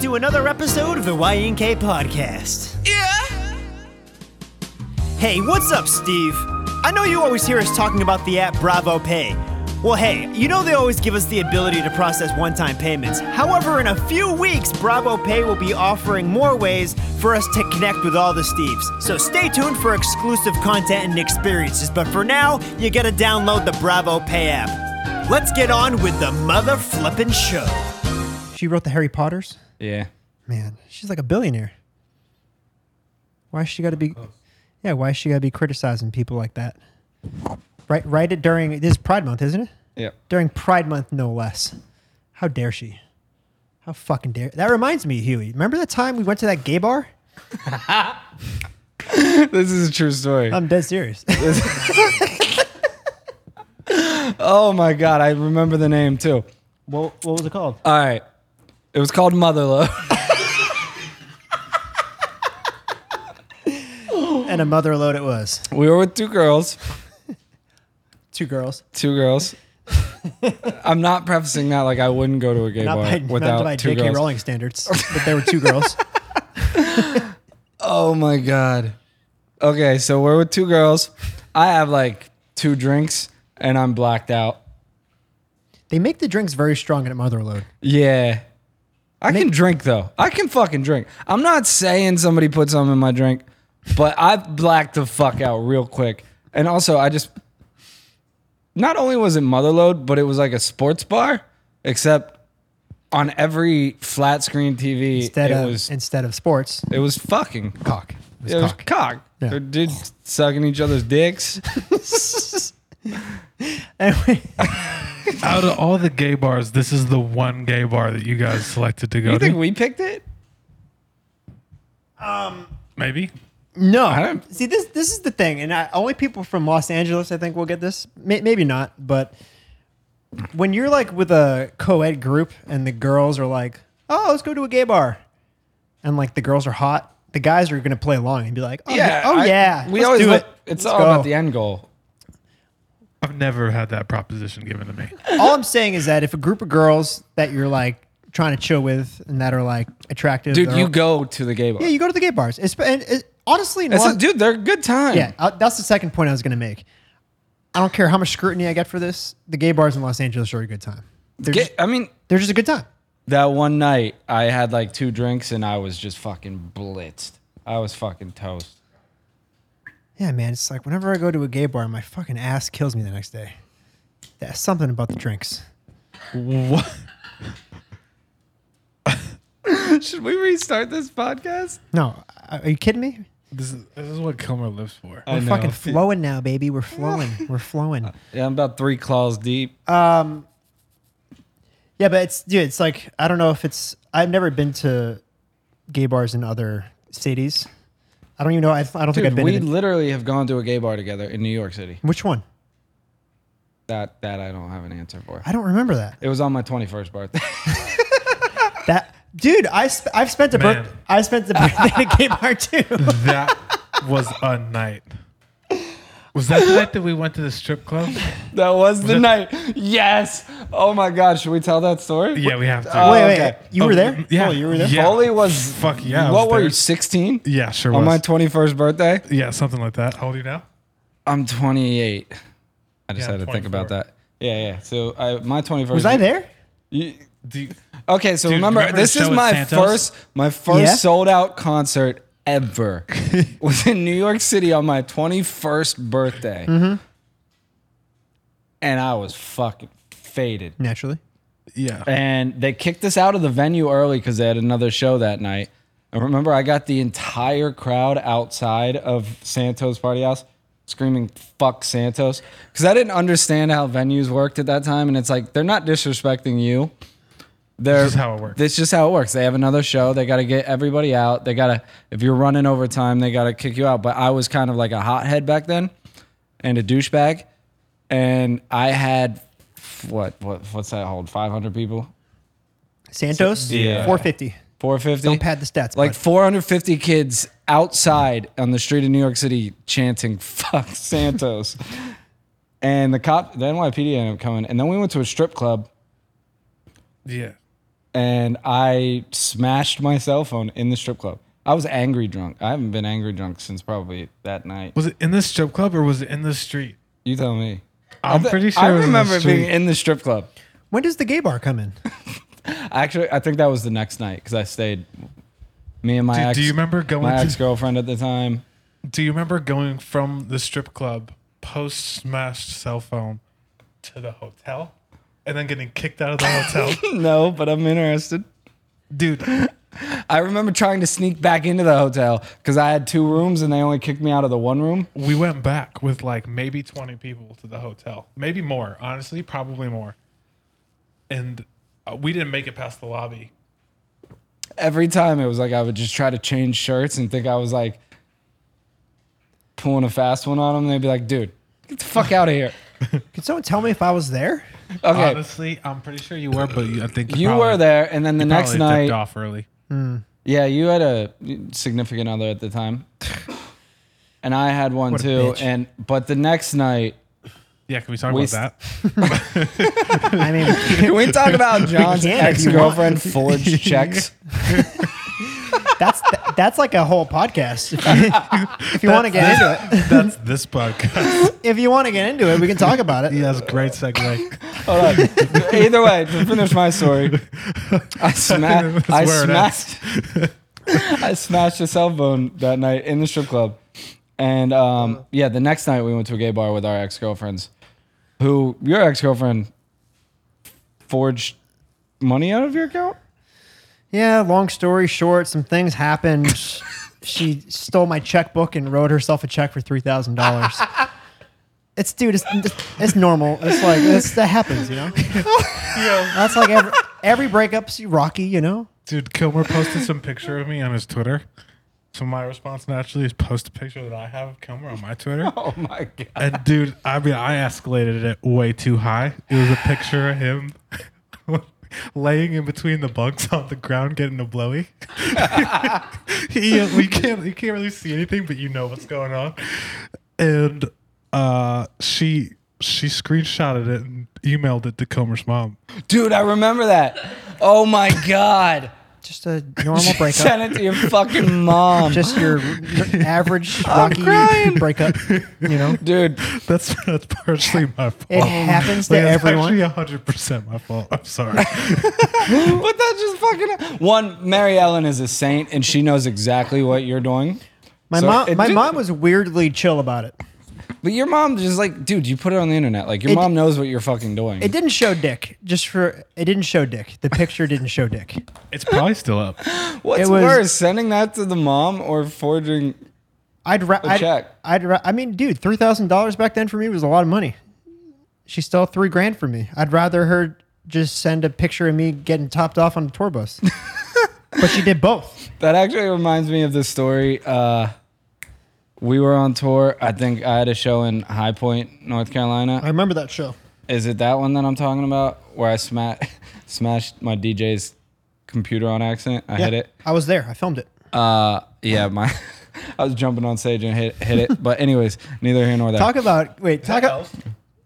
to another episode of the YNK Podcast. Yeah. Hey, what's up, Steve? I know you always hear us talking about the app Bravo Pay. Well, hey, you know they always give us the ability to process one time payments. However, in a few weeks, Bravo Pay will be offering more ways for us to connect with all the Steves. So stay tuned for exclusive content and experiences. But for now, you gotta download the Bravo Pay app. Let's get on with the mother flippin' show. She wrote the Harry Potters? Yeah. Man, she's like a billionaire. Why she got to be? Yeah, why she got to be criticizing people like that? Right, right. It during this is Pride Month, isn't it? Yeah. During Pride Month, no less. How dare she? How fucking dare? That reminds me, Huey. Remember the time we went to that gay bar? This is a true story. I'm dead serious. oh my god, I remember the name too. what, what was it called? All right. It was called Motherlode. And a mother load it was. we were with two girls. Two girls. Two girls. I'm not prefacing that like I wouldn't go to a gay Not bar by, without not by two J.K. girls. Rowling standards, but there were two girls. Oh my god. Okay, so we're with two girls. I have like two drinks and I'm blacked out. They make the drinks very strong at mother load. Yeah. I can drink though. I can fucking drink. I'm not saying somebody put some in my drink, but I blacked the fuck out real quick. And also, I just not only was it Motherlode, but it was like a sports bar, except on every flat screen TV, Instead it of was instead of sports, it was fucking cock. It was it was cock. cock. Yeah. They're dudes sucking each other's dicks. Anyway, Out of all the gay bars, this is the one gay bar that you guys selected to go you to. think we picked it? Maybe. no. don't- See, this this is the thing, and I, only people from Los Angeles, I think, will get this. May, maybe not, but when you're like with a co-ed group and the girls are like, "Oh, let's go to a gay bar," and like the girls are hot, the guys are gonna play along and be like, "Oh yeah, oh I- yeah, We let's always do look- it." It's Let's all go." about the end goal. I've never had that proposition given to me. All I'm saying is that if a group of girls that you're like trying to chill with and that are like attractive, Dude, they're- you go to the gay bar. yeah, you go to the gay bars. It's, and it, honestly, in It's Los- a, dude, they're a good time. Yeah, uh, that's the second point I was going to make. I don't care how much scrutiny I get for this. The gay bars in Los Angeles are a good time. They're, Ga- just, I mean, they're just a good time. that one night I had like two drinks and I was just fucking blitzed. I was fucking toast. Yeah, man. It's like whenever I go to a gay bar, my fucking ass kills me the next day. That's something about the drinks. What? Should we restart this podcast? No, uh, are you kidding me? This is, this is what Comer lives for. We're fucking flowing now, baby. We're flowing. We're flowing. Yeah, I'm about three claws deep. Yeah, but it's dude. It's like I don't know if it's. I've never been to gay bars in other cities. I don't even know. I, I don't think I've Dude, been. we In, literally have gone to a gay bar together in New York City. which one? That that I don't have an answer for. I don't remember that. It was on my 21st birthday. That dude, I sp- I've spent a Man. birth- I spent the birthday at a gay bar too. That was a night. Was that the night that we went to the strip club? that was the night. Yes. Oh my God. Should we tell that story? Yeah, we have to. Mm, Oh, wait, wait, okay. you were there? Yeah, Oh, you were there. Yeah. Foley was. Fuck yeah, I What was were there. you? 16. Yeah, sure On my was. 21st birthday. yeah, something like that. How old are you now? I'm 28. I just Yeah, had to think 24. about that. Yeah, yeah. So I, my 21st. Was I there? You- Do you, okay, so Dude, remember, remember this the show is at my Santos? first, my first Yeah. sold out concert ever. was in New York City on my 21st birthday, Mm-hmm. and I was fucking faded. Naturally. yeah. And they kicked us out of the venue early because they had another show that night. And remember, I got the entire crowd outside of Santos Party House screaming "fuck Santos" because I didn't understand how venues worked at that time. And it's like they're not disrespecting you. They're, This is how it works. This is just how it works. They have another show. They got to get everybody out. They got to if you're running overtime, they got to kick you out. But I was kind of like a hothead back then, and a douchebag, and I had what what what's that hold? Five hundred people. Santos. Yeah. 450. 450. Don't pad the stats, Like bud. 450 kids outside on the street in New York City chanting "Fuck Santos," and the cop, the NYPD, ended up coming, and then we went to a strip club. Yeah. and I smashed my cell phone in the strip club. I was angry drunk. I haven't been angry drunk since probably that night. Was it in the strip club or was it in the street? You tell me. I'm pretty sure. I it was in the remember being street. in the strip club. When does the gay bar come in? Actually, I think that was the next night because I stayed. Me and my Do- do ex. you remember going My to- ex girlfriend at the time. Do you remember going from the strip club post smashed cell phone to the hotel and then getting kicked out of the hotel? No, but I'm interested. Dude, I remember trying to sneak back into the hotel because I had two rooms and they only kicked me out of the one room. we went back with like maybe 20 people to the hotel, maybe more, honestly, probably more. And uh, we didn't make it past the lobby. Every time it was like I would just try to change shirts and think I was like pulling a fast one on them. They'd be like, "Dude, get the fuck out of here." Could someone tell me if I was there? Okay, Honestly, I'm pretty sure you were, but you- I think you probably- were there, and then the probably next dipped night, off early. yeah, you had a significant other at the time, and I had one What a too. bitch. And but the next night, Yeah, can we talk We about s- that? I mean, can we talk about John's can if ex you want. girlfriend forged checks? that's that's like a whole podcast. if you want to get into it, That's this podcast. if you want to get into it, we can talk about it. Yeah, that's a great segue. Hold on. Either way, to finish my story, I smashed. That's I where it smashed. I smashed a cell phone that night in the strip club, and um, yeah, the next night we went to a gay bar with our ex girlfriends, who your ex girlfriend forged money out of your account. Yeah, long story short, some things happened. she stole my checkbook and wrote herself a check for three thousand dollars. It's dude, it's, it's normal. It's like it's, that happens, you know. That's like every every breakup's rocky, you know. Dude, Kilmer posted some picture of me on his Twitter. So my response naturally is post a picture that I have of Kilmer on my Twitter. Oh my god! And dude, I mean, I escalated it way too high. It was a picture of him laying in between the bunks on the ground getting a blowy. he, uh, we can't, you can't really see anything, but you know what's going on. And uh, she she screenshotted it and emailed it to Kilmer's mom. Dude, I remember that. Oh my god! Just a normal breakup. Send it to your fucking mom, Just your average rocky crying. breakup, you know. dude. That's that's partially my fault. It happens to Like, it's everyone. Actually, hundred percent my fault. I'm sorry. But that's just fucking one. Mary Ellen is a saint, and she knows exactly what you're doing. My So mom, it my did- mom was weirdly chill about it. But your mom just like, dude, you put it on the internet. Like your It- mom knows what you're fucking doing. It didn't show dick. Just for it didn't show dick. The picture didn't show dick. it's probably still up. What's it was- worse, sending that to the mom or forging? I'd ra- I'd, check. I'd ra- I mean, dude, three thousand dollars back then for me was a lot of money. She stole three grand from me. I'd rather her just send a picture of me getting topped off on the tour bus. but she did both. That actually reminds me of this story. Uh, we were on tour. I think I had a show in High Point, North Carolina. I remember that show. Is it that one that I'm talking about where I sma- smashed my DJ's computer on accident? I hit it. I was there. I filmed it. Uh, yeah, my I was jumping on stage and hit hit it. But anyways, neither here nor there. Talk about wait. Talk about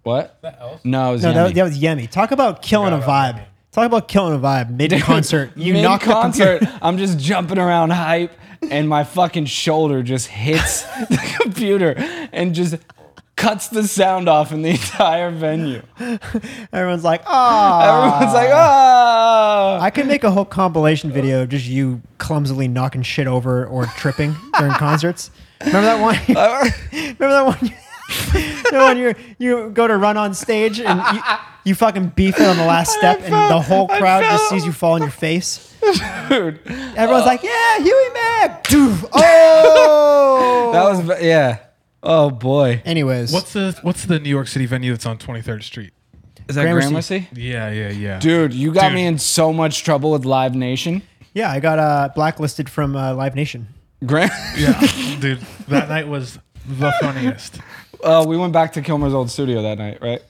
what? No, it was no. That, Yemi. that was Yemi. Talk about killing a vibe. Talk about killing a vibe mid concert. You knock the concert. computer. I'm just jumping around hype, and my fucking shoulder just hits the computer and just cuts the sound off in the entire venue. Everyone's like, ah. Everyone's like, oh. I could make a whole compilation video of just you clumsily knocking shit over or tripping during concerts. Remember that one? Remember that one? Remember when you you go to run on stage and you, you fucking beef it on the last step and the whole I crowd just fell. sees you fall on your face. Dude, Everyone's like, "Yeah, Huey Mack." Doof. Oh. that was yeah. Oh boy, Anyways, What's the What's the New York City venue that's on 23rd Street? is that Gramercy. Gramercy? Yeah, yeah, yeah. Dude, you got Dude. me in so much trouble with Live Nation. yeah, I got uh, blacklisted from uh, Live Nation. Gram- yeah, dude, that night was the funniest. uh, we went back to Kilmer's old studio that night, right?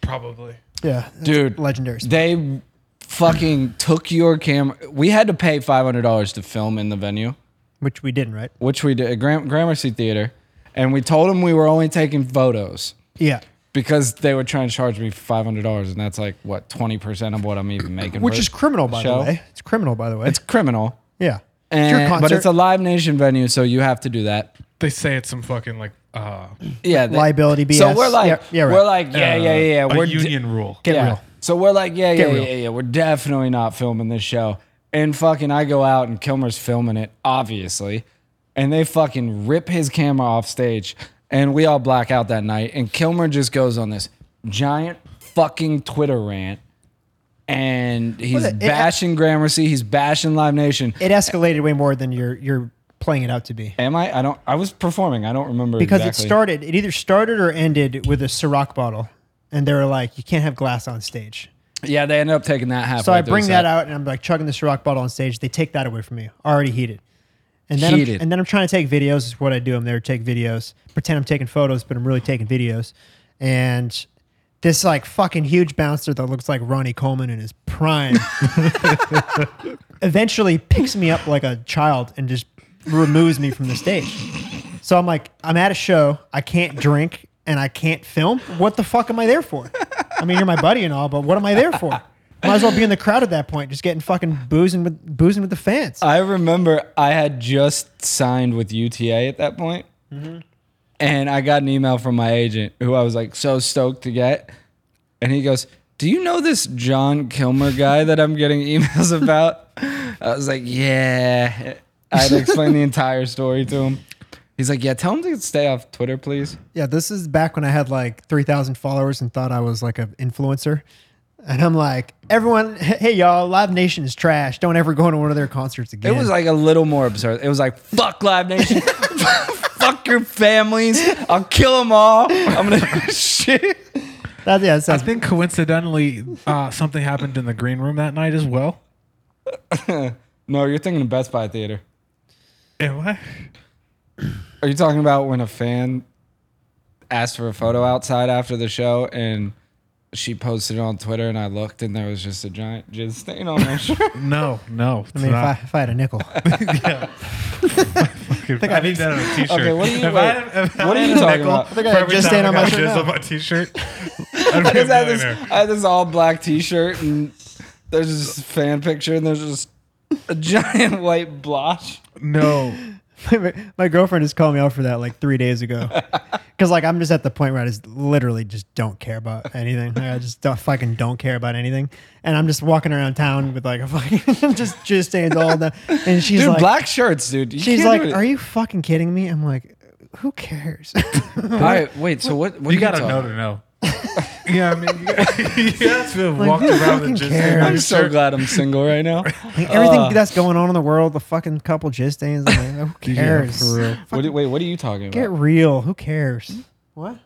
Probably. Yeah, that's dude legendary. spot. they fucking took your camera we had to pay $500 to film in the venue Which we didn't, right? which we did at Gram- gramercy theater and we told them we were only taking photos Yeah. because they were trying to charge me five hundred dollars, and that's like what twenty percent of what I'm even making, which for is criminal by show. the way. It's criminal by the way. It's criminal, yeah. and, it's your concert. but it's a Live Nation venue, so you have to do that. They say it's some fucking like uh, Yeah, they- Liability So BS. we're like, Yeah, yeah, right. we're like, yeah, uh, yeah, yeah. yeah. a We're d- union rule. Get yeah. real. So we're like, yeah, yeah, Get yeah, real. yeah. We're definitely not filming this show. And fucking, I go out and Kilmer's filming it, obviously. And they fucking rip his camera off stage. And we all black out that night. And Kilmer just goes on this giant fucking Twitter rant. And he's Well, it- it- bashing Gramercy. He's bashing Live Nation. it escalated way more than you're you're playing it out to be. Am I? I don't. I was performing. I don't remember Because exactly. it started, it either started or ended with a Ciroc bottle, and they were like, "You can't have glass on stage." Yeah, they ended up taking that half. So I bring that out, and I'm like chugging the Ciroc bottle on stage. They take that away from me, already heated. And then, I'm, Heated. and then I'm trying to take videos. Is what I do. I'm there to take videos, pretend I'm taking photos, but I'm really taking videos. And this like fucking huge bouncer that looks like Ronnie Coleman in his prime, eventually picks me up like a child and just removes me from the stage. So I'm like, I'm at a show. I can't drink and I can't film. What the fuck am I there for? I mean, you're my buddy and all, but what am I there for? Might as well be in the crowd at that point, just getting fucking boozing with boozing with the fans. I remember I had just signed with UTA at that point, and I got an email from my agent who I was like so stoked to get, and he goes, "Do you know this John Kilmer guy that I'm getting emails about?" I was like, "Yeah." I had to explain the entire story to him. He's like, "Yeah, tell him to stay off Twitter, please." yeah, this is back when I had like three thousand followers and thought I was like an influencer. And I'm like, everyone, hey y'all, Live Nation is trash. Don't ever go to one of their concerts It again. was like a little more absurd. It was like, fuck Live Nation. fuck your families. I'll kill them all. I'm going to shit. that, yeah, it I sounds, think coincidentally, uh, something happened in the green room that night as well. No, you're thinking of Best Buy Theater. Am I? Are you talking about when a fan asked for a photo outside after the show and she posted it on Twitter and I looked and there was just a giant jizz stain on my shirt? No, no. I mean, if I, if I had a nickel, yeah. I think I need that on a t-shirt. Okay, what are you- if I had, if I what are had you a talking nickel about? I think I for had every just time stain on my got shirt jizz now. on my t-shirt, I'd be a I had, this, millionaire. I had this all black t shirt and there's this fan picture and there's just a giant white blotch. No, my girlfriend just called me out for that like three days ago. Because like I'm just at the point where I just literally just don't care about anything. Like, I just don't, fucking don't care about anything. And I'm just walking around town with like a fucking just just stains all the. And she's Dude, like, black shirts, dude. You she's can't like, do it. are you fucking kidding me? I'm like, who cares? All right, wait, so what? what are you gotta talking know about? to know. yeah, I mean, you, you have to have Like, walked who around with fucking jizz cares? stain on I'm your so shirt. glad I'm single right now. Like, everything Uh. that's going on in the world, the fucking couple jizz stains. Like, who cares? for real. what do, wait, what are you talking Get about? real. Who cares? What?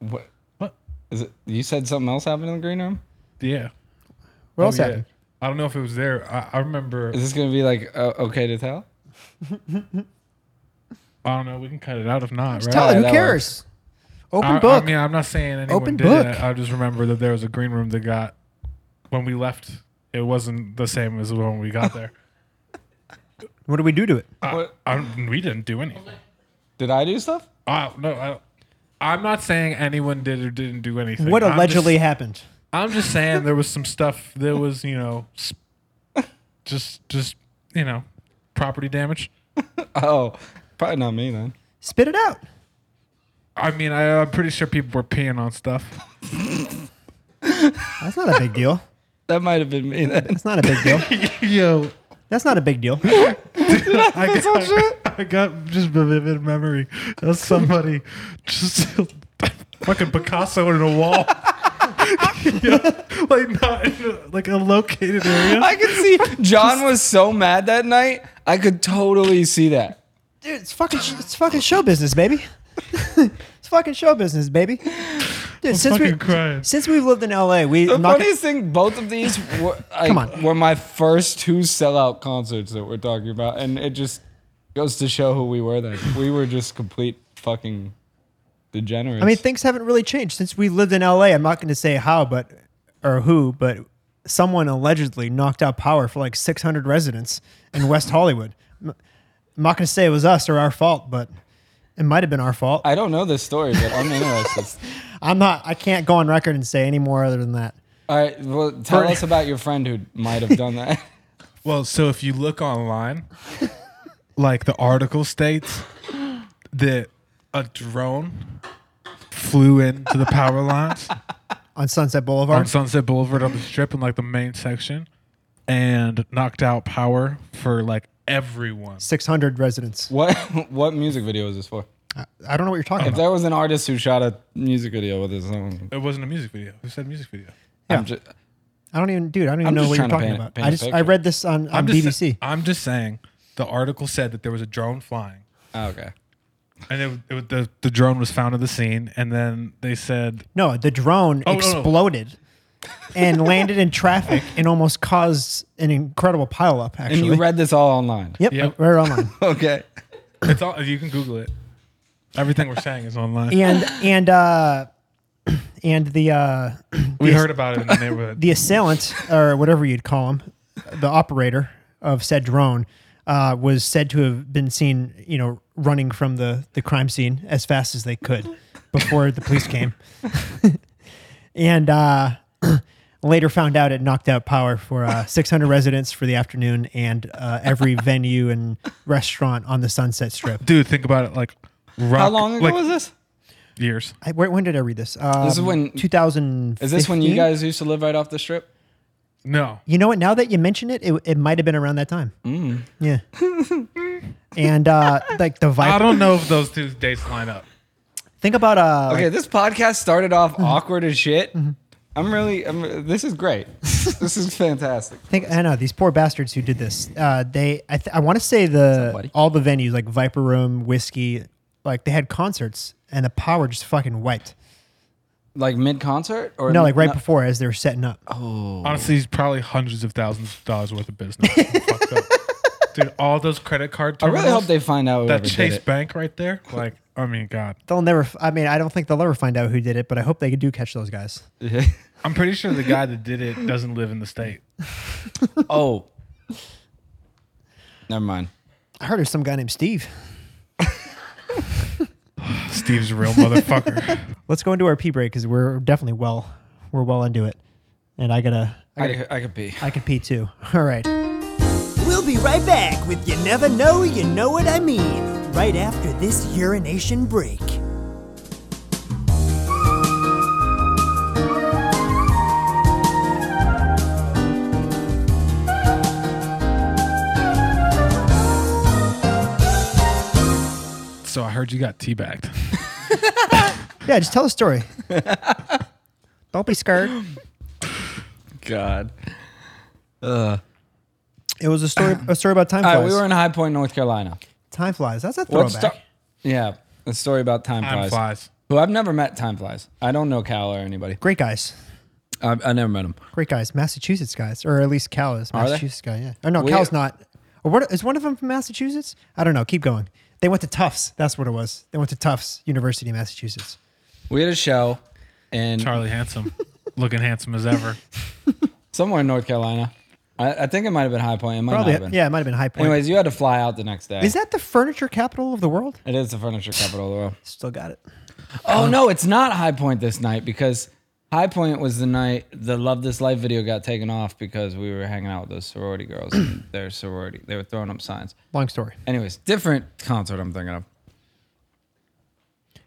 What, What? is it, you said something else happened in the green room? Yeah. What else Oh, yeah. happened? I don't know if it was there. I, I remember. Is this gonna be like uh, okay to tell? I don't know. We can cut it out if not, right? Tell Yeah, it. Who that cares? Open I, book. I mean, I'm not saying anyone Open did book. it. I just remember that there was a green room that got when we left. It wasn't the same as when we got there. what do we do to it? I, What? I, we didn't do anything. Did I do stuff? I, no, I, I'm not saying anyone did or didn't do anything. What I'm allegedly Just, happened? I'm just saying there was some stuff. There was you know, s- just just you know, property damage. Oh, probably not me then. Spit it out. I mean, I, I'm pretty sure people were peeing on stuff. That's not a big deal. That might have been me then. That's not a big deal. Yo, That's not a big deal. I got, I got just a vivid memory of somebody just fucking Picasso in a wall. Yeah, like not in a, like a located area. I could see John was so mad that night. I could totally see that. Dude, it's fucking it's fucking show business, baby. it's fucking show business, baby. Dude, since we fucking crying. since we've lived in LA, we The I'm not gonna, funniest thing, both of these were, like, Come on. were my first two sellout concerts that we're talking about, and it just goes to show who we were. Then we were just complete fucking degenerates. I mean things haven't really changed since we lived in LA. I'm not going to say how, but or who, but someone allegedly knocked out power for like 600 residents in West Hollywood. I'm not going to say it was us or our fault, but It might have been our fault. I don't know this story, but I'm interested. I'm not. I can't go on record and say any more other than that. All right, well, tell us about your friend who might have done that. Well, so if you look online, like the article states that a drone flew into the power lines On Sunset Boulevard, on Sunset Boulevard on the strip in like the main section and knocked out power for like everyone. 600 residents. What what music video is this for? I, I don't know what you're talking If about. there was an artist who shot a music video with his own, It wasn't a music video. Who said music video? I'm just, I don't even, dude. I don't even I'm know just what trying you're to talking paint- about. paint I a just I picture. read this on, on I'm just, BBC. I'm just saying the article said that there was a drone flying oh, okay. and it, it, was- the, the drone was found at the scene and then they said No, the drone Oh, no, no. exploded and landed in traffic and almost caused an incredible pileup. Actually, And you read this all online. Yep, Yep. right online. Okay. it's all you can google it. Everything we're saying is online. and and uh, and the uh, We heard about it in the neighborhood. the assailant or whatever you'd call him, the operator of said drone, uh, was said to have been seen, you know, running from the the crime scene as fast as they could before the police came, and uh, later found out it knocked out power for uh, 600 residents for the afternoon and uh, every venue and restaurant on the Sunset Strip. dude think about it like rock, How long ago like, was this? years I, where, when did I read this? Um, is when- 2000. Is this when you guys used to live right off the strip? no You know what? Now that you mention it, it, it might have been around that time. Mm. Yeah. and uh, like the i Viper. don't know if those two dates line up Think about uh, Okay, like, Mm-hmm. this podcast started off awkward as shit. I'm really, I'm, this is great. this is fantastic. think I know these poor bastards who did this. Uh, they I, th- I want to say the Somebody. all the venues like Viper Room, Whiskey, like they had concerts and the power just fucking wiped. Like mid concert or No, like right no- Oh. before as they were setting up. honestly it's probably hundreds of thousands of dollars worth of business Fucked up. dude all those credit card I terminals, really hope they find out that whoever did chase it. bank right there like i mean god They'll never. f- I mean, I don't think they'll ever find out who did it, but I hope they do catch those guys. i'm pretty sure the guy that did it doesn't live in the state oh, never mind. I heard there's some guy named Steve. steve's a real motherfucker Let's go into our pee break because we're definitely well, we're well into it, and I gotta, I gotta, I, I could be. I can pee too. All right. We'll be right back with You Never Know, You Know What I Mean, right after this urination break. so i heard you got teabagged Yeah, just tell a story. Don't be scared. God. Ugh. It was a story, a story about time All flies. right, we were in High Point, North Carolina. time flies. That's a What's throwback. the- yeah, a story about time, time flies. flies Who I've never met. Time flies. I don't know Cal or anybody. Great guys. I, I never met him. Great guys. Massachusetts guys, or at least Cal is Are they? Massachusetts guy. Yeah. Oh no, We- Cal's not. Or what is one of them from Massachusetts? I don't know. Keep going. They went to Tufts. That's what it was. They went to Tufts University, Massachusetts. We had a show, and charlie handsome looking handsome as ever somewhere in North Carolina. I, I think it might have been High Point. It might Probably. not have been. Yeah, it might have been High Point. Anyways, you had to fly out the next day. is that the furniture capital of the world? It is the furniture capital of the world. Still got it. Oh no, it's not High Point this night because High Point was the night the Love This Life video got taken off because we were hanging out with those sorority girls. and their sorority, they were throwing up signs. Long story. Anyways, different concert I'm thinking of.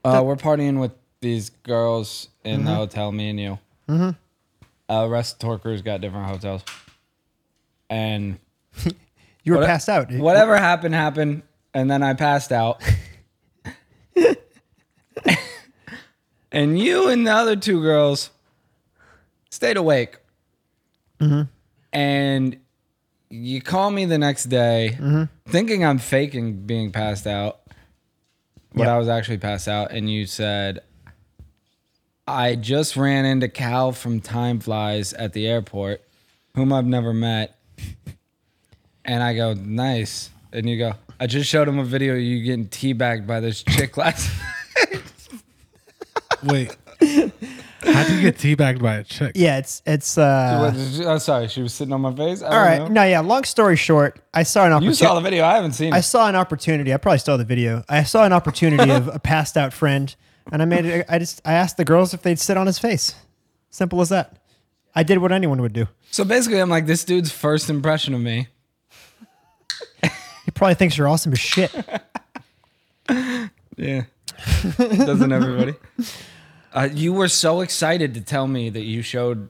Uh, we're partying with these girls in the hotel, me and you. Mm-hmm. Uh, rest of Torkers got different hotels. And You were what- passed out. Whatever happened, happened. And then I passed out. and you and the other two girls stayed awake. And you call me the next day thinking I'm faking being passed out, but Yep. I was actually passed out. And you said, I just ran into Cal from Time Flies at the airport, whom I've never met. And I go, nice. And you go, I just showed him a video of you getting teabagged by this chick last. wait How do you get teabagged by a chick? Yeah, it's it's. uh I'm sorry, she was sitting on my face. I All don't right, know. no, yeah. Long story short, I saw an you opportunity. saw the video. I haven't seen I it. saw an opportunity. I probably saw the video. I saw an opportunity of a passed out friend, and I made it. I just I asked the girls if they'd sit on his face. Simple as that. I did what anyone would do. So basically, I'm like, this dude's first impression of me. He probably thinks you're awesome as shit. Yeah. Doesn't everybody? Uh, you were so excited to tell me that you showed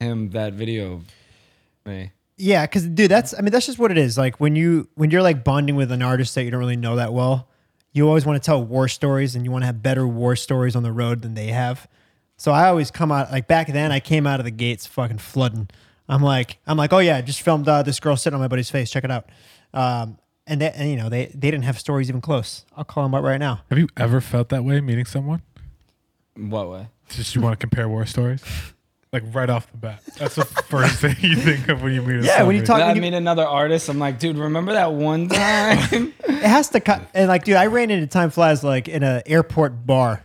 him that video of me. Yeah, because dude, that's I mean that's just what it is. Like when you when you're like bonding with an artist that you don't really know that well, you always want to tell war stories and you want to have better war stories on the road than they have. So I always come out like back then I came out of the gates fucking flooding. I'm like I'm like oh yeah, I just filmed uh, this girl sitting on my buddy's face. Check it out. Um, and that and you know they they didn't have stories even close. I'll call them up right now. Have you ever felt that way meeting someone? What way? Just you want to compare war stories? Like right off the bat. That's the first thing you think of when you meet a Yeah, when you celebrity. talk- Did I you- meet another artist? I'm like, dude, remember that one time? It has to cut. And like dude, I ran into Time Flies like in an airport bar.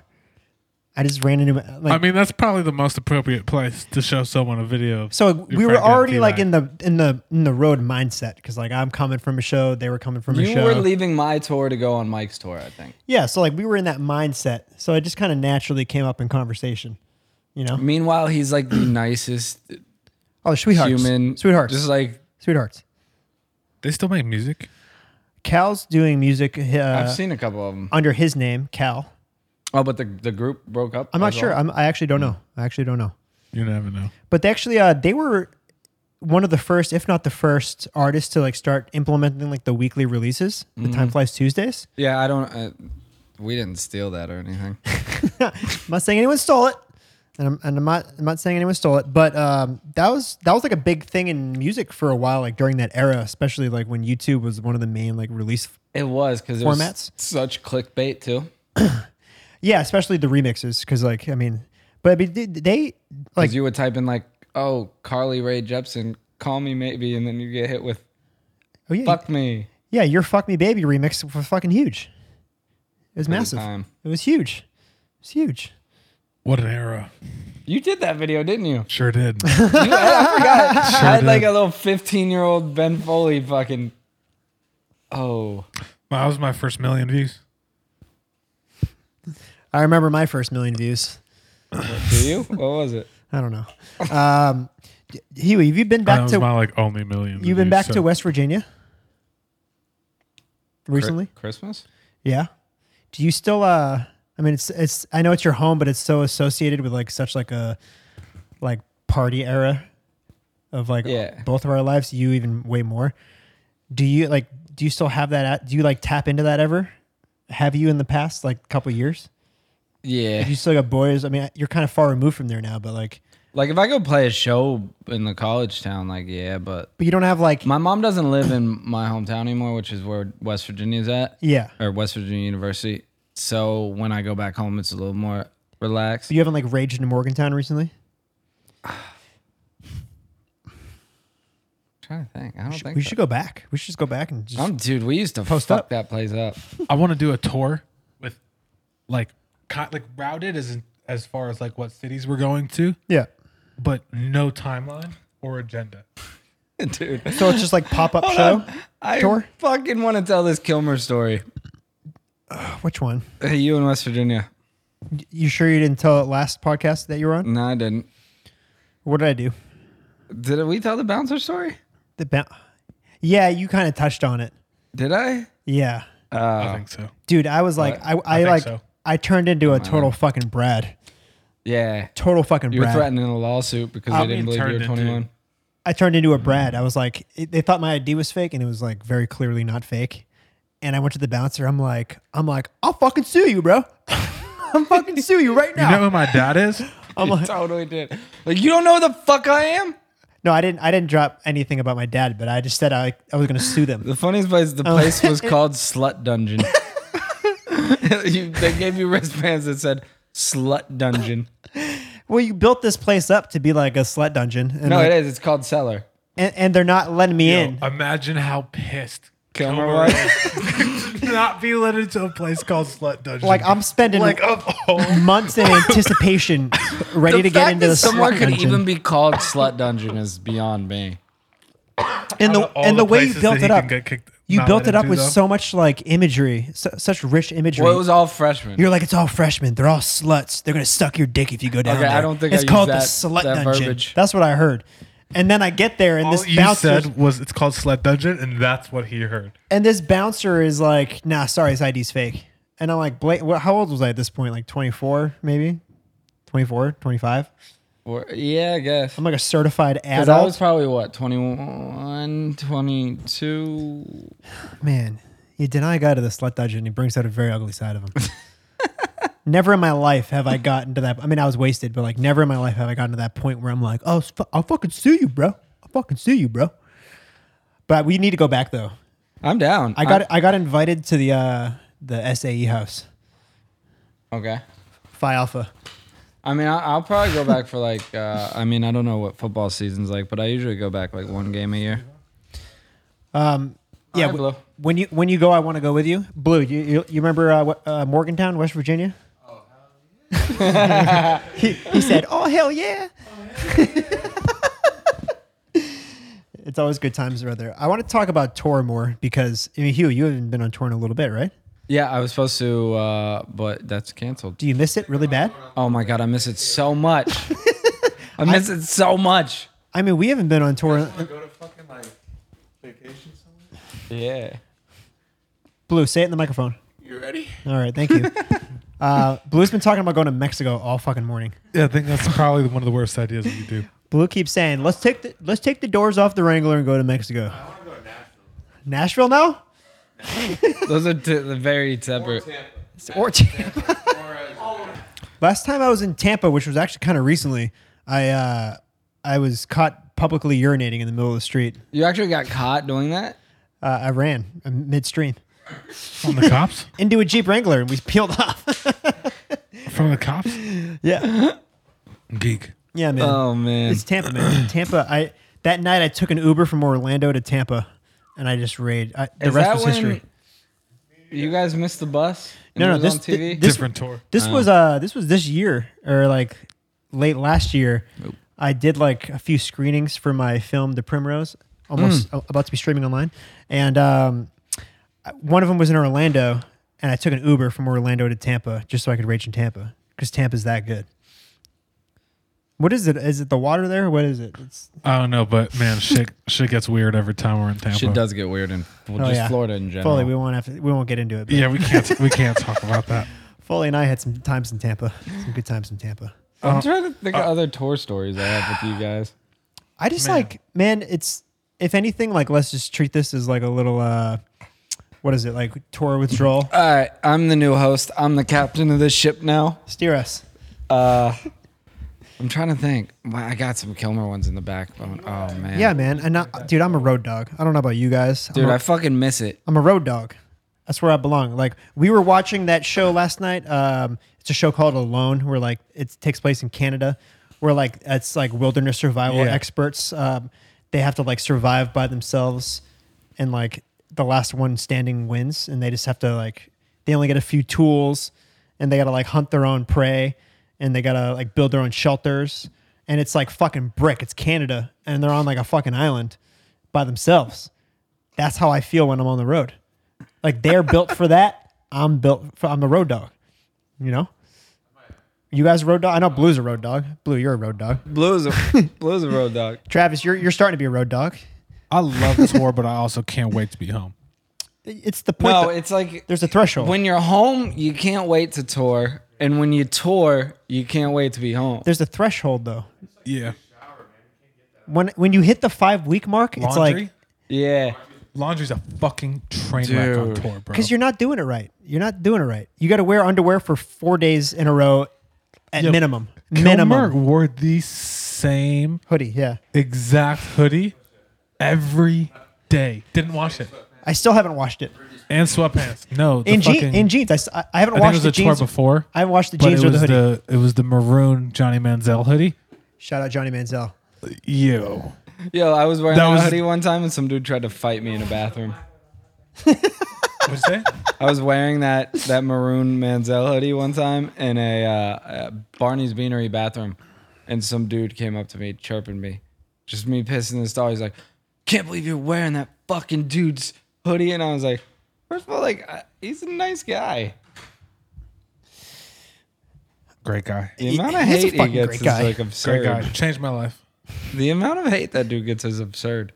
I just ran into like I mean, that's probably the most appropriate place to show someone a video. Of So your we were friend getting already like teabagged. in the in the in the road mindset because like I'm coming from a show, they were coming from a you show. were leaving my tour to go on Mike's tour, I think. yeah, so like we were in that mindset. So it just kind of naturally came up in conversation, you know. Meanwhile, he's like the nicest Oh, sweethearts, human. sweethearts, Just like, sweethearts. They still make music. Cal's doing music I've uh, seen a couple of them. under his name, Cal. Oh, but the, the group broke up. I'm not as sure. well? Hmm. I'm, I actually don't know. I actually don't know. You never know. But they actually, uh, they were one of the first, if not the first, artists to like start implementing like the weekly releases, the Mm-hmm. Time Flies Tuesdays. Yeah, I don't. Uh, we didn't steal that or anything. I'm not saying anyone stole it, and I'm, and I'm not I'm not saying anyone stole it, but um, that was that was like a big thing in music for a while, like during that era, especially like when YouTube was one of the main like release. It was because Formats? was such clickbait too. Yeah, especially the remixes, because like I mean, but I mean, they, they like Because you would type in like, "Oh, Carly Rae Jepsen, call me maybe," and then you get hit with oh yeah, "Fuck me." yeah, your "Fuck Me Baby" remix was fucking huge. It was massive. time. It was huge. It was huge. What an era. You did that video, didn't you? Sure did. I had like a little fifteen-year-old Ben Foley fucking. Oh, that was my first million views. I remember my first million views. do you? What was it? I don't know. Um, Huey, have you been Oh, that back was to my like only million. You've been views, back Mm-hmm. so- to West Virginia recently? Chri- Christmas. Yeah. Do you still uh I mean it's it's I know it's your home but it's so associated with like such like a like party era of like Yeah. both of our lives, you even way more. Do you like do you still have that at, do you like tap into that ever? Have you in the past like couple years? Yeah. You still got boys. I mean, you're kind of far removed from there now, but like Like if I go play a show in the college town, like yeah, but but you don't have like my mom doesn't live in my hometown anymore, which is where West Virginia's at. yeah. or West Virginia University. So when I go back home, it's a little more relaxed. You haven't like raged in Morgantown recently? trying to think. I don't think We so. should go back. We should just go back and just I'm dude. We used to Post fuck up. that place up. I want to do a tour with like co- like routed as as far as like what cities we're going to, Yeah. but no timeline or agenda. dude, So it's just like pop up show. I Tour? fucking want to tell this Kilmer story. Which one? Hey, you in West Virginia? You sure you didn't tell it last podcast that you were on? No, I didn't. What did I do? Did we tell the bouncer story? The ba- yeah, you kind of touched on it. Did I? Uh, Yeah, Oh. I think so. dude, I was like, I, I, Uh, think like, so. I turned into a total fucking Brad, Yeah. total fucking You were Brad. threatening a lawsuit because I they didn't mean, believe you were turned into- 21. I turned into a Mm-hmm. Brad. I was like, it, they thought my ID was fake, and it was like very clearly not fake. And I went to the bouncer. I'm like, I'm like, I'll fucking sue you, bro. I'm fucking sue you right You now. know who my dad is? I'm like, totally did. Like you don't know who the fuck I am. no, I didn't. I didn't drop anything about my dad, but I just said I, I was gonna sue them. The funniest place, the place was called Slut Dungeon. you, they gave you wristbands that said Slut Dungeon. Well, you built this place up to be like a slut dungeon, and, No, like- it is. It's called Cellar. and, and they're not letting me Yo, in. imagine how pissed Kill my wife. not be let into a place called Slut Dungeon. Like oh, I'm spending like oh. of all months in anticipation, ready to get into the someone slut could dungeon. even be called slut dungeon is beyond me. and the Out of all and the, the way you places built that he it can up, get kicked- you not built let it up into, with though. so much like imagery, su- such rich imagery. Well, it was all freshmen. You're like, it's all freshmen. They're all sluts. They're gonna suck your dick if you go down Okay, I there. don't think it's I used called that- the slut that dungeon. verbiage. That's what I heard. And then I get there, and all this you bouncer, said was it's called Slut Dungeon, and that's what he heard. and this bouncer is like, "Nah, sorry, his ID's fake." And I'm like, "Blake, what, how old was I at this point? Like 24, maybe, 24, 25? Or- yeah, I guess. I'm like a certified Because I adult, was probably what 21, 22. man. You deny a guy to the slut dungeon, he brings out a very ugly side of him. never in my life have I gotten to that. I mean, I was wasted, but like, never in my life have I gotten to that point where I'm like, "Oh, fu- I'll fucking sue you, bro. I'll fucking sue you, bro." But we need to go back though. I'm down. I got I, got invited to the uh, the SAE house, okay. Phi Alpha. I mean, I, I'll probably go back for like. Uh, I mean, I don't know what football season's like, but I usually go back like one game a year. Um, Yeah, Alright, w- Blue. when you when you go, I want to go with you. Blue, you you, you remember uh, what, uh, Morgantown, West Virginia? Oh, he, he said, "Oh hell yeah!" Oh, it's always good times, brother. I want to talk about tour more because I mean, Hugh, you haven't been on tour in a little bit, right? Yeah, I was supposed to, uh, but that's canceled. Do you miss it really bad? Oh my god, I miss it so much. I miss it so much. I mean, we haven't been on tour. Go to fucking like vacation somewhere. Yeah. Blue, say it in the microphone. You ready? All right, thank you. Uh, Blue's been talking about going to Mexico all fucking morning. Yeah, I think that's probably one of the worst ideas we could do. Blue keeps saying, "Let's take the let's take the doors off the Wrangler and go to Mexico." I want to go to Nashville Nashville now, Those are t- the very separate. or last time I was in Tampa, which was actually kind of recently, I uh, I was caught publicly urinating in the middle of the street. You actually got caught doing that? Uh, I ran uh, midstream From the cops? into a Jeep Wrangler and we peeled off. From the cops? yeah, Geek. yeah, man. Oh man. It's Tampa, man. Tampa. I that night I took an Uber from Orlando to Tampa, and I just raged. I, the Is rest that was when history. You guys missed the bus? and No, it no, was this- on TV. this- Different tour. This was uh this was this year or like late last year. I did like a few screenings for my film The Primrose, almost a- about to be streaming online, and um, I- one of them was in Orlando, and I took an Uber from Orlando to Tampa just so I could rage in Tampa because Tampa's that good. What is it? Is it the water there? What is it? It's, I don't know, but man, shit, shit gets weird every time we're in Tampa. Shit does get weird in well, oh, just yeah. Florida in general. Foley, we won't have to, we won't get into it. But Yeah, we can't. We can't talk about that. Foley and I had some times in Tampa, some good times in Tampa. I'm trying to think of Uh, other tour stories I have with you guys. I just like, man, it's if anything, like let's just treat this as like a little uh what is it, like tour withdrawal. All right, I'm the new host. I'm the captain of this ship now. Steer us. Uh, I'm trying to think. Wow, I got some Kilmer ones in the backbone. Oh man. Yeah, man. And not, dude, I'm a road dog. I don't know about you guys. Dude, I'm a, I fucking miss it. I'm a road dog. That's where I belong. Like we were watching that show last night. Um, it's a show called Alone, where like it takes place in Canada, where like it's like wilderness survival Yeah. experts. Um, they have to like survive by themselves, and like the last one standing wins, and they just have to like they only get a few tools, and they gotta like hunt their own prey, and they gotta like build their own shelters, and it's like fucking brick. It's Canada, and they're on like a fucking island by themselves. That's how I feel when I'm on the road. Like they're built for that. I'm built for I'm a road dog. You know? You guys a road dog? I know Blue's a road dog. Blue, you're a road dog. Blue's a Blue's a road dog. Travis, you're you're starting to be a road dog. I love this war, but I also can't wait to be home. It's the point. No, that- it's like there's a threshold. when you're home, you can't wait to tour, and when you tour, you can't wait to be home. there's a threshold though. Yeah, When when you hit the five week mark, it's laundry. like Yeah. Laundry's a fucking train wreck on Dude. tour, bro. because you're not doing it right. You're not doing it right. You got to wear underwear for four days in a row, at minimum. Kilmer minimum wore the same hoodie. Yeah, exact hoodie every day. Didn't wash it. I still haven't washed it. And sweatpants. No, the In, je- fucking- in jeans, I, s- I- I haven't I think it washed was the a tour jeans before. I haven't washed the but jeans it or the was hoodie. It was the maroon Johnny Manziel hoodie. Shout out Johnny Manziel. Yo. Yo, I was wearing That that, was- hoodie one time, and some dude tried to fight me in a bathroom. What'd you say? I was wearing that that maroon Manziel hoodie one time in a, uh, a Barney's Beanery bathroom, and some dude came up to me chirping me, just me pissing in the stall. He's like, "Can't believe you're wearing that fucking dude's hoodie," and I was like, first of all, like I- he's a nice guy. Great guy. The amount of He's a hate he fucking gets great is guy. like Great guy. absurd. Changed my life. The amount of hate that dude gets is absurd.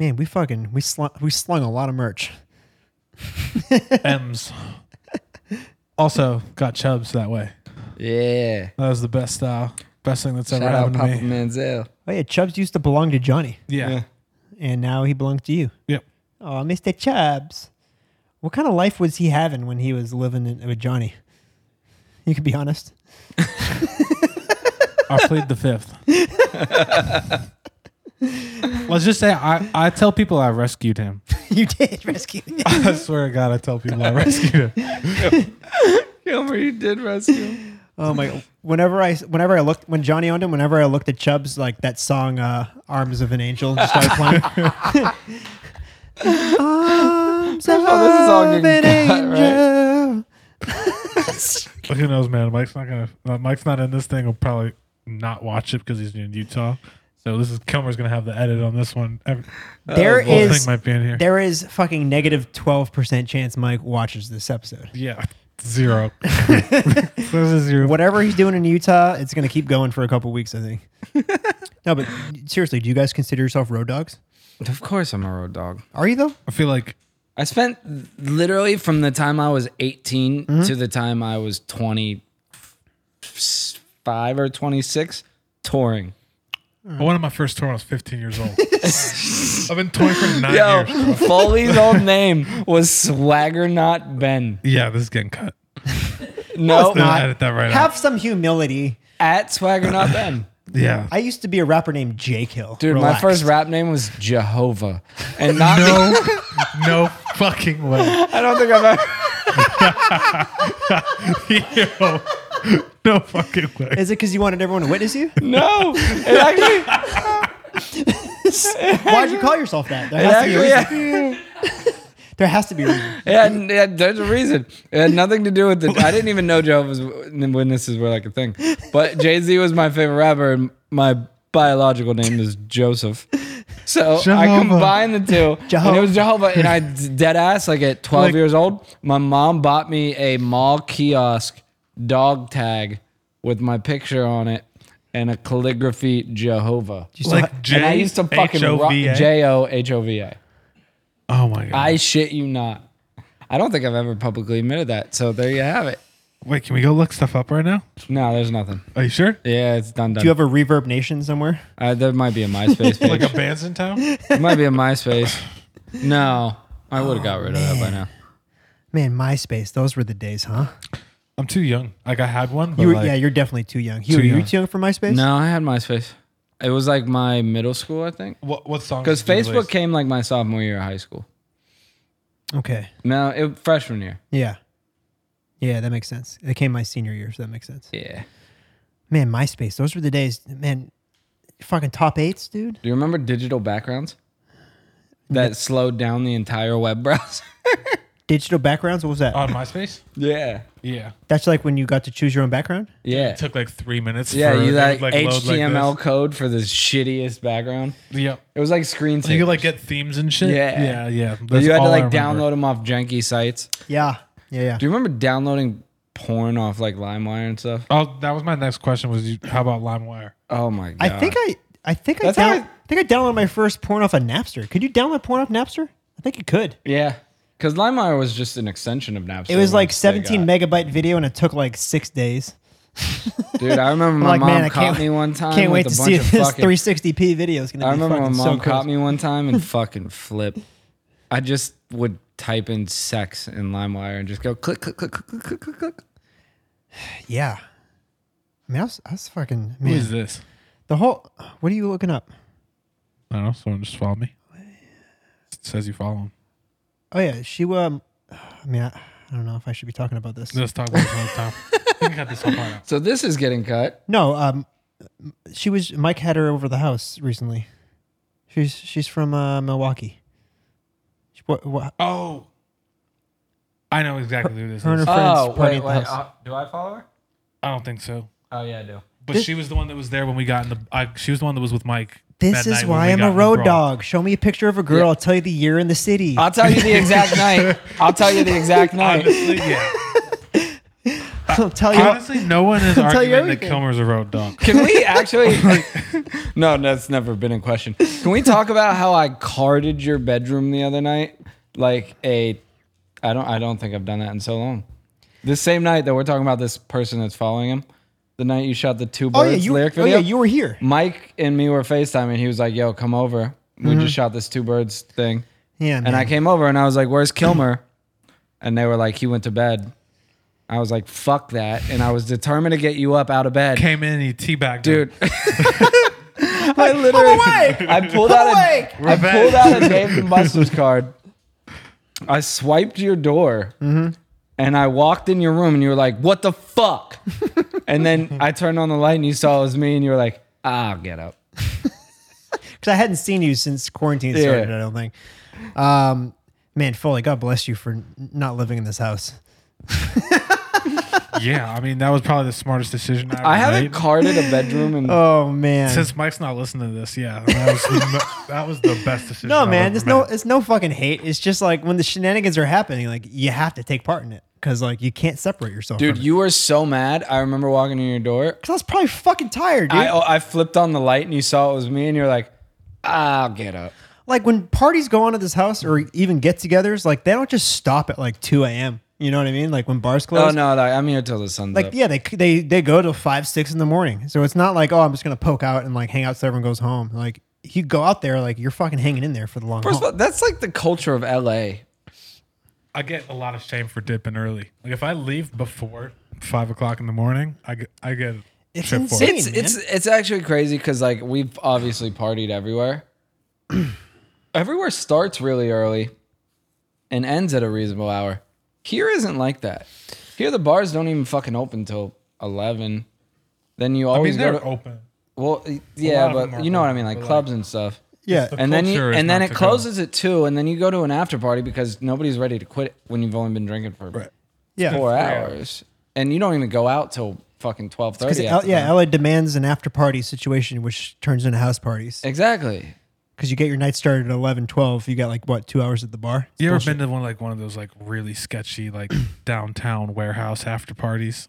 Man, we fucking we slung, we slung a lot of merch. M's. Also got chubs that way. Yeah. That was the best style. Best thing that's ever Shout out happened to Papa me. Manziel. Oh yeah, Chubbs used to belong to Johnny, Yeah. Yeah. and now he belongs to you. Yep. Oh, Mister Chubbs, what kind of life was he having when he was living in, with Johnny? You could be honest. I plead the fifth. Let's just say I, I tell people I rescued him. you did rescue. I swear to God, I tell people I rescued him. Kilmer, you did rescue him. Oh my! Whenever I, whenever I looked, when Johnny owned him, whenever I looked at Chubbs, like that song uh, "Arms of an Angel" just started playing. Arms all, Oh, this is all of getting an cut, right? angel. But who knows, man? Mike's not gonna. uh, Mike's not in this thing. Will probably not watch it because he's in Utah. So this is Kilmer's gonna have the edit on this one. Every, There Oh, whole is- thing might be in here. There is fucking negative twelve percent chance Mike watches this episode. yeah, zero. this is zero. Whatever he's doing in Utah, it's gonna keep going for a couple weeks, I think. no, but seriously, do you guys consider yourself road dogs? Of course, I'm a road dog. Are you though? I feel like I spent literally from the time I was 18 to the time I was 25 or 26 touring. one of my first tour when I was 15 years old. I've been touring for nine Yo, years. Foley's old name was Swagger Not Ben. Yeah, this is getting cut. No, Then I not. edit that right out. Have some humility. at Swagger Not Ben. Yeah. I used to be a rapper named Jake Hill. Dude, my Relax. first rap name was Jehovah. And not no, no fucking way. I don't think I've ever. Yo, no fucking way. Is it because you wanted everyone to witness you? No. It actually, Why'd you call yourself that? There it has actually to be a reason. There has to be a reason. It had, it had- there's a reason. It had nothing to do with the. I didn't even know Jehovah's Witnesses were like a thing. But Jay Z was my favorite rapper, and my biological name is Joseph. So I Jehovah. combined the two, and it was Jehovah. And I d- dead ass, like at 12 Like- years old, my mom bought me a mall kiosk dog tag with my picture on it and a calligraphy Jehovah. Like J and I used to fucking rock H-O-V-A? J O H O V A. Oh my god! I shit you not. I don't think I've ever publicly admitted that. So there you have it. Wait, can we go look stuff up right now? No, there's nothing. Are you sure? Yeah, it's done. Done. Do you have a reverb nation somewhere? uh, there might be a MySpace Like page. a band's in town? It might be a MySpace. No, I would have got rid of that by now. Man, MySpace. Those were the days, huh? I'm too young. Like I had one, but You were, like, yeah, you're definitely too young. You, were you young. too young for MySpace? No, I had MySpace. It was like my middle school, I think, what what song? because did you Facebook release? came like my sophomore year of high school. Okay. No, it freshman year. Yeah. Yeah, that makes sense. It came my senior year, so that makes sense. Yeah. Man, MySpace. Those were the days. Man, fucking top eights, dude. Do you remember digital backgrounds? That slowed down the entire web browser. Digital backgrounds. What was Uh, that? on MySpace. yeah. Yeah, That's like when you got to choose your own background. Yeah. it took like three minutes. Yeah, for you like, it would, load like HTML code for the shittiest background. this. Yep. It was like screen So you could like get themes and shit. Yeah. yeah, yeah. but That's you had to all I like remember. download them off janky sites. Yeah. Yeah. Yeah. Do you remember downloading porn off like LimeWire and stuff? Oh, that was my next question. Was you, how about LimeWire? Oh my god! I think I, I think I, That's how down, I, I- think I downloaded my first porn off of Napster. Could you download porn off Napster? I think you could. yeah, because LimeWire was just an extension of Napster. It was like once they 17 got- megabyte video, and it took like six days. Dude, I remember my like, mom man, I caught can't, me one time. can't with wait a to bunch see of this fucking- 360p video. It's gonna I be remember my fucking mom so caught crazy. me one time and fucking flipped. I just would type in sex in LimeWire and just go click click click click click click click. click. Yeah, I mean, I was, I was fucking Who man. is this? The whole. What are you looking up? I don't know. Someone just followed me. It says you follow him. Oh yeah, she. Um, I mean, I, I don't know if I should be talking about this. Let's talk about this another time. We can cut this whole part out. So this is getting cut. No, um, she was. Mike had her over the house recently. She's she's from uh, Milwaukee. She- What, what, Oh, I know exactly who this her and her is. friends Oh, wait, party at the wait. house. uh, do I follow her? I don't think so. Oh, yeah, I do. But she was the one that was there when we got in the. I, she was the one that was with Mike. This is that night when why we I'm got a in the road brawl. dog. Show me a picture of a girl. I'll tell you the year and the city. I'll tell you the exact night. I'll tell you the exact night. Honestly, yeah. I'll tell you. Honestly, no one is I'll tell you arguing that everything. Kilmer's a road dog. Can we actually? no, that's never been in question. Can we talk about how I carded your bedroom the other night? Like a, I don't, I don't think I've done that in so long. This same night that we're talking about this person that's following him, the night you shot the two oh birds yeah, you. lyric Oh video. yeah, you were here. Mike and me were FaceTime, and he was like, "Yo, come over. We Mm-hmm. just shot this two birds thing." Yeah, And I came over and I was like, "Where's Kilmer?" And they were like, "He went to bed." I was like, "Fuck that!" And I was determined to get you up out of bed Came in and he teabagged dude. I literally, I pulled out awake! a, I pulled out a Dave and Buster's card. I swiped your door, Mm-hmm. and I walked in your room, and you were like, "What the fuck?" and then I turned on the light, and you saw it was me, and you were like, "I'll get up." because I hadn't seen you since quarantine Yeah. started. I don't think. Um, man, Foley, God bless you for n- not living in this house. him. Yeah, I mean that was probably the smartest decision I ever I made. haven't carded a bedroom, and Oh man, Since Mike's not listening to this, yeah, that was the, that was the best decision. no I've man, ever there's no, made. it's no fucking hate. It's just like when the shenanigans are happening, like you have to take part in it because like you can't separate yourself. dude, from it. you were so mad. I remember walking in your door. 'Cause I was probably fucking tired, dude. I, oh, I flipped on the light, and you saw it was me, and you're like, "I'll get up." like when parties go on at this house or even get-togethers, like they don't just stop at like 2 a.m. You know what I mean? Like when bars Oh close. no, like, I'm here till the sun's Like up. yeah, they they they go till five six in the morning. So it's not like oh, I'm just gonna poke out and like hang out so everyone goes home. Like you go out there, like you're fucking hanging in there for the long First of haul. all, that's like the culture of LA. I get a lot of shame for dipping early. Like if I leave before five o'clock in the morning, I get I get It's shit for insane. it. It's man. it's it's actually crazy because like we've obviously partied everywhere. everywhere starts really early, and ends at a reasonable hour. Here isn't like that. Here the bars don't even fucking open till eleven. Then you I always mean, go they're to open. well, lot yeah, of them but are you know what I open, mean, like but, clubs and stuff. yeah. the and then you, culture is and then not it to go. closes at two, and then you go to an after party because nobody's ready to quit when you've only been drinking for yeah. four Three hours. and you don't even go out till fucking twelve Because thirty. yeah, LA demands an after party situation, which turns into house parties. exactly. Because you get your night started at 11, 12. You got like what two hours at the bar. You ever been to one like one of those like really sketchy like downtown warehouse after parties?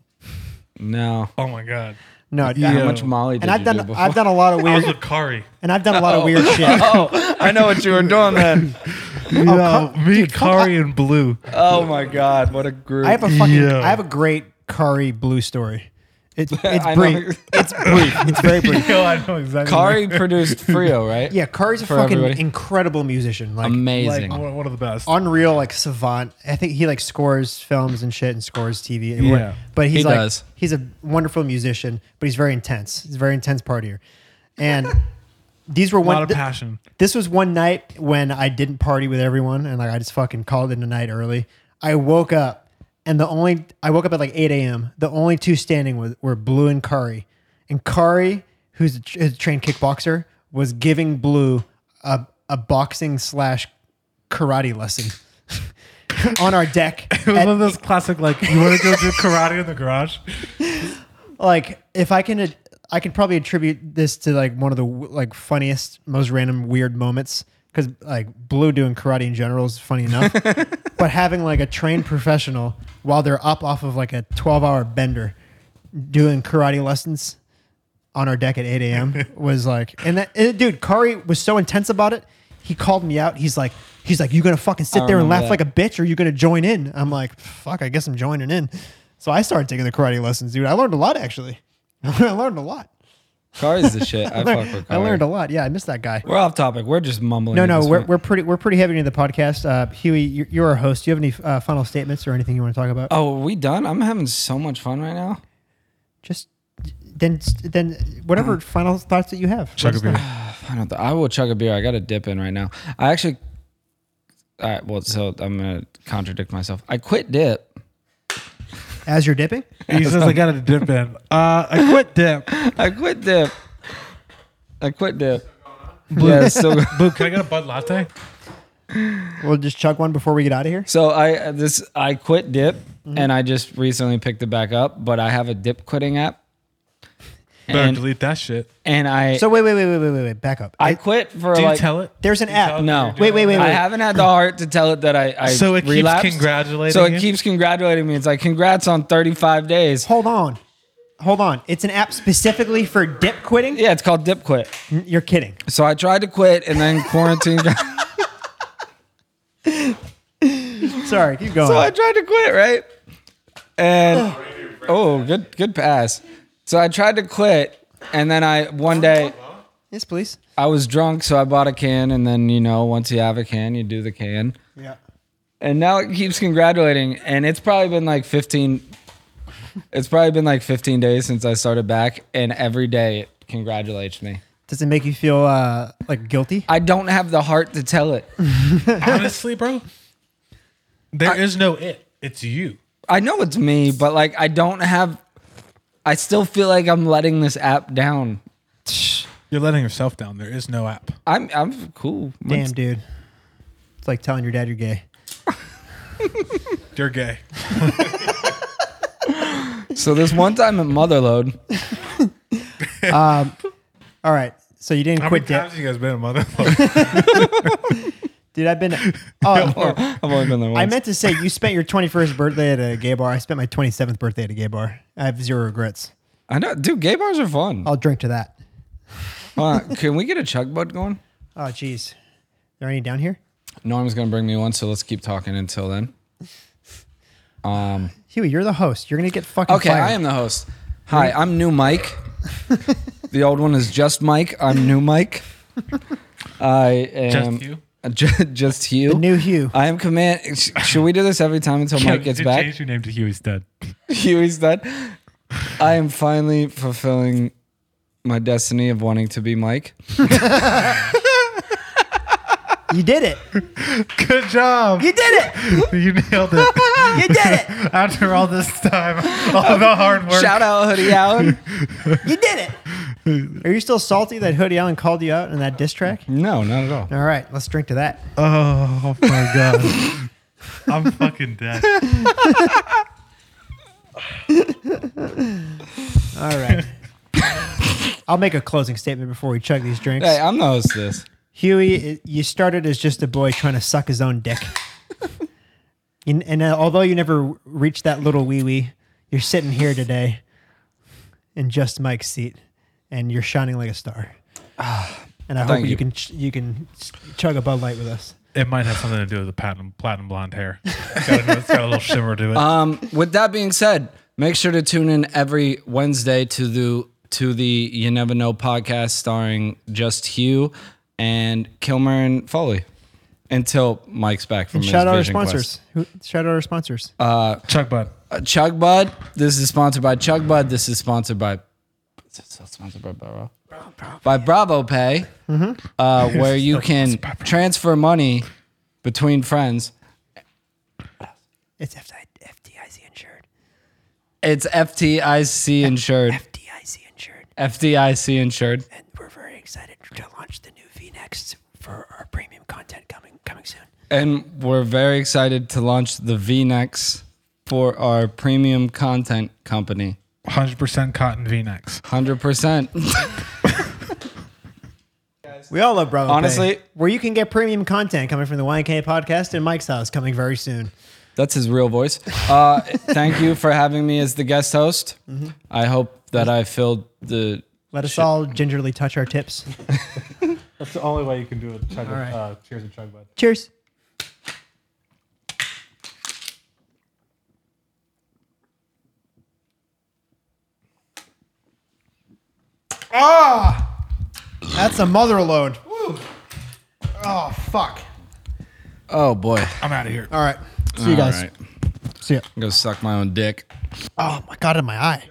No. Oh my god, No, I- How much Molly did and I've you done do before? I've done a lot of I was weird with Kari. and I've done a lot of weird shit. oh, I know what you were doing then. No, me, Kari, and Blue. Oh my God, what a group. I have a fucking Yeah. I have a great Kari blue story. It, it's I know. brief. It's brief. It's very brief. Yo, I know exactly. Kari produced Frio, right? Yeah, Kari's a For fucking everybody. incredible musician. Like Amazing. like, one, one of the best. unreal, like savant. I think he like scores films and shit and scores TV. and what- Yeah. but he's He like does. he's a wonderful musician, but he's very intense. He's a very intense partier, and these were a one. lot of th- passion. this was one night when I didn't party with everyone and like I just fucking called it a night early. I woke up and the only I woke up at like 8 a.m. The only two standing was, were Blue and Kari. And Kari, who's a, tr- is a trained kickboxer, was giving Blue a, a boxing slash karate lesson on our deck. It was at- one of those classic like you want to go do karate in the garage. like if I can, I can probably attribute this to like one of the like funniest, most random, weird moments. Because like Blue doing karate in general is funny enough, but having like a trained professional while they're up off of like a twelve-hour bender doing karate lessons on our deck at eight a.m. was like, and that and dude Kari was so intense about it. He called me out. He's like, he's like, you gonna fucking sit I there and remember that. laugh like a bitch, or you gonna join in? I'm like, fuck, I guess I'm joining in. So I started taking the karate lessons, dude. I learned a lot actually. I learned a lot. Kari's the shit. I fuck with I Kari. learned a lot. Yeah, I missed that guy. We're off topic. We're just mumbling. No, at no, this we're, point. we're pretty we're pretty heavy into the podcast. Uh, Huey, you're, you're our host. Do you have any uh, final statements or anything you want to talk about? Oh, are we done? I'm having so much fun right now. Just then, then whatever final thoughts that you have. Let Chuck a us know. beer. I don't. Th- I will chug a beer. I got a dip in right now. I actually. All right. Well, so I'm gonna contradict myself. I quit dip. As you're dipping, He says I got to dip in. Uh, I quit dip. I quit dip. I quit dip. Yeah, it's still Blue, can I get a Bud Latte? We'll just chug one before we get out of here. So I this I quit Dip and I just recently picked it back up, but I have a Dip quitting app. Better And, delete that shit. and I So wait, wait, wait, wait, wait, wait, wait. Back up. I quit for Do you like tell it? There's an app. no. Wait, wait, wait, wait. I haven't had the heart to tell it that I, I So it keeps relapsed. congratulating So it you? keeps congratulating me. It's like congrats on 35 days. Hold on. Hold on. It's an app specifically for dip quitting. Yeah, it's called Dip Quit. N- You're kidding. So I tried to quit and then quarantine. got- Sorry, keep going. so I tried to quit, right? And oh, good good pass. So I tried to quit and then I one day yes, please. I was drunk, so I bought a can, and then you know, once you have a can, you do the can, Yeah. and now it keeps congratulating, and it's probably been like fifteen. It's probably been like fifteen days since I started back, and every day it congratulates me. Does it make you feel uh, like guilty? I don't have the heart to tell it. Honestly, bro, there is no it. It's you. I know it's me, but like I don't have. I still feel like I'm letting this app down. You're letting yourself down. There is no app. I'm I'm cool. Damn, dude. It's like telling your dad you're gay. You're gay. So this one time at Motherload, All right. So you didn't How quit dip, many times you guys been a motherfucker? dude. I've been. Oh, I've only been there once. I meant to say you spent your 21st birthday at a gay bar. I spent my 27th birthday at a gay bar. I have zero regrets. I know, dude. Gay bars are fun. I'll drink to that. Uh, can we get a chug bud going? Oh, jeez. There any down here? Norm's gonna bring me one, so let's keep talking until then. Um. Huey, you're the host. You're gonna get fucking Okay, fired. I am the host. Hi, I'm new Mike. the old one is just Mike. I'm new Mike. I am Just you? Uh, ju- just you. the new Hugh. I am command. sh- Should we do this every time until Mike gets back? Change your name to Huey's dead. Huey's done. I am finally fulfilling my destiny of wanting to be Mike. You did it. Good job. You did it. You nailed it. You did it. After all this time, all the hard work. Shout out Hoodie Allen. You did it. Are you still salty that Hoodie Allen called you out in that diss track? No, not at all. All right, let's drink to that. Oh my god. I'm fucking dead. All right. I'll make a closing statement before we chug these drinks. Hey, I'm the hostess. Huey, i- you started as just a boy trying to suck his own dick. and and uh, although you never reached that little wee wee, you're sitting here today in just Mike's seat, and you're shining like a star. And I hope Thank you, you. can ch- you can s- chug a Bud Light with us. It might have something to do with the platinum, platinum blonde hair. It's got, a, it's got a little shimmer to it. Um, with that being said, make sure to tune in every Wednesday to the to the You Never Know podcast starring just Hugh and Kilmer and Foley. Until Mike's back from his Shout out our vision sponsors. Who, shout out our sponsors. Chuck Bud. quest. Uh, Chug Bud. This is sponsored by Chug Bud. This is sponsored by it's not sponsored by Bravo. By Bravo Pay, uh, where you can transfer money between friends. it's FDI FDIC insured. It's FDIC insured. FDIC insured. FDIC insured. And we're very excited to launch the new V-Next for our premium content coming coming soon. And we're very excited to launch the V-Nex for our premium content company. 100% cotton v-necks. 100%. We all love Bravo. Honestly- Pay, where you can get premium content coming from the YK podcast and Mike's house coming very soon. That's his real voice. Uh, thank you for having me as the guest host. I hope that I filled the. Let us all gingerly touch our tips. That's the only way you can do a chug right. uh, cheers and chug bud. Cheers. Ah, that's a mother load. Oh fuck! Oh boy. I'm out of here. All right, see you guys. All right. See ya. I'm going to suck my own dick. Oh my god, in my eye.